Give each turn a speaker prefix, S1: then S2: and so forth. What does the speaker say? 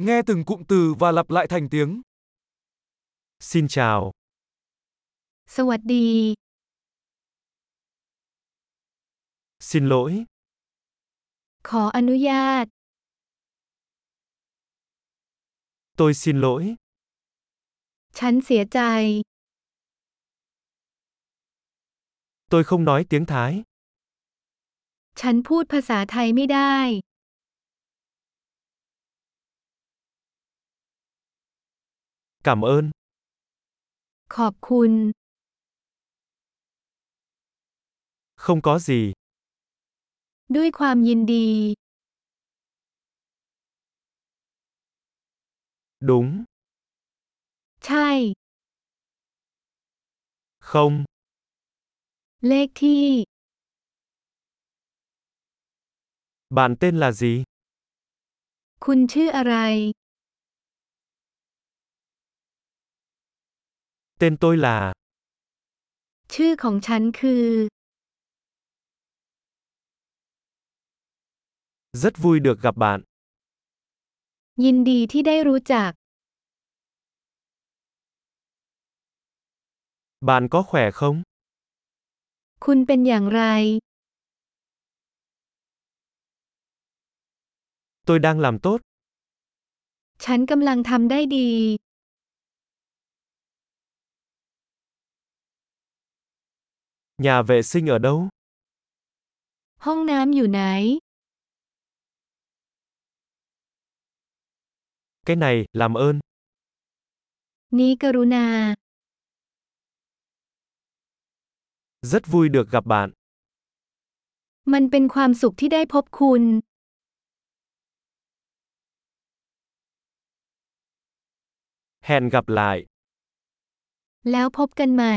S1: Nghe từng cụm từ và lặp lại thành tiếng.
S2: Xin chào,
S3: สวัสดี
S2: xin lỗi,
S3: ขออนุญาต
S2: tôi xin lỗi,
S3: ฉันเสียใจ
S2: tôi không nói tiếng Thái,
S3: ฉันพูดภาษาไทยไม่ได้
S2: cảm ơn,
S3: ขอบคุณ
S2: không có gì,
S3: ด้วยความยินดี
S2: đúng,
S3: ใช่
S2: không,
S3: เลขที่
S2: bạn tên là gì?
S3: คุณชื่ออะไร
S2: Tên tôi là,
S3: ชื่อของฉันคือ
S2: rất vui được gặp bạn,
S3: ยินดีที่ได้รู้จัก
S2: bạn có khỏe không?
S3: คุณเป็นอย่างไร
S2: Tôi đang làm tốt,
S3: ฉันกำลังทำได้ดี
S2: nhà vệ sinh ở đâu?
S3: ห้องน้ำอยู่ไหน
S2: Cái này, làm ơn,
S3: นี้กรุณา
S2: rất vui được gặp bạn,
S3: มันเป็นความสุขที่ได้พบคุณ
S2: hẹn gặp lại,
S3: แล้วพบกันใหม่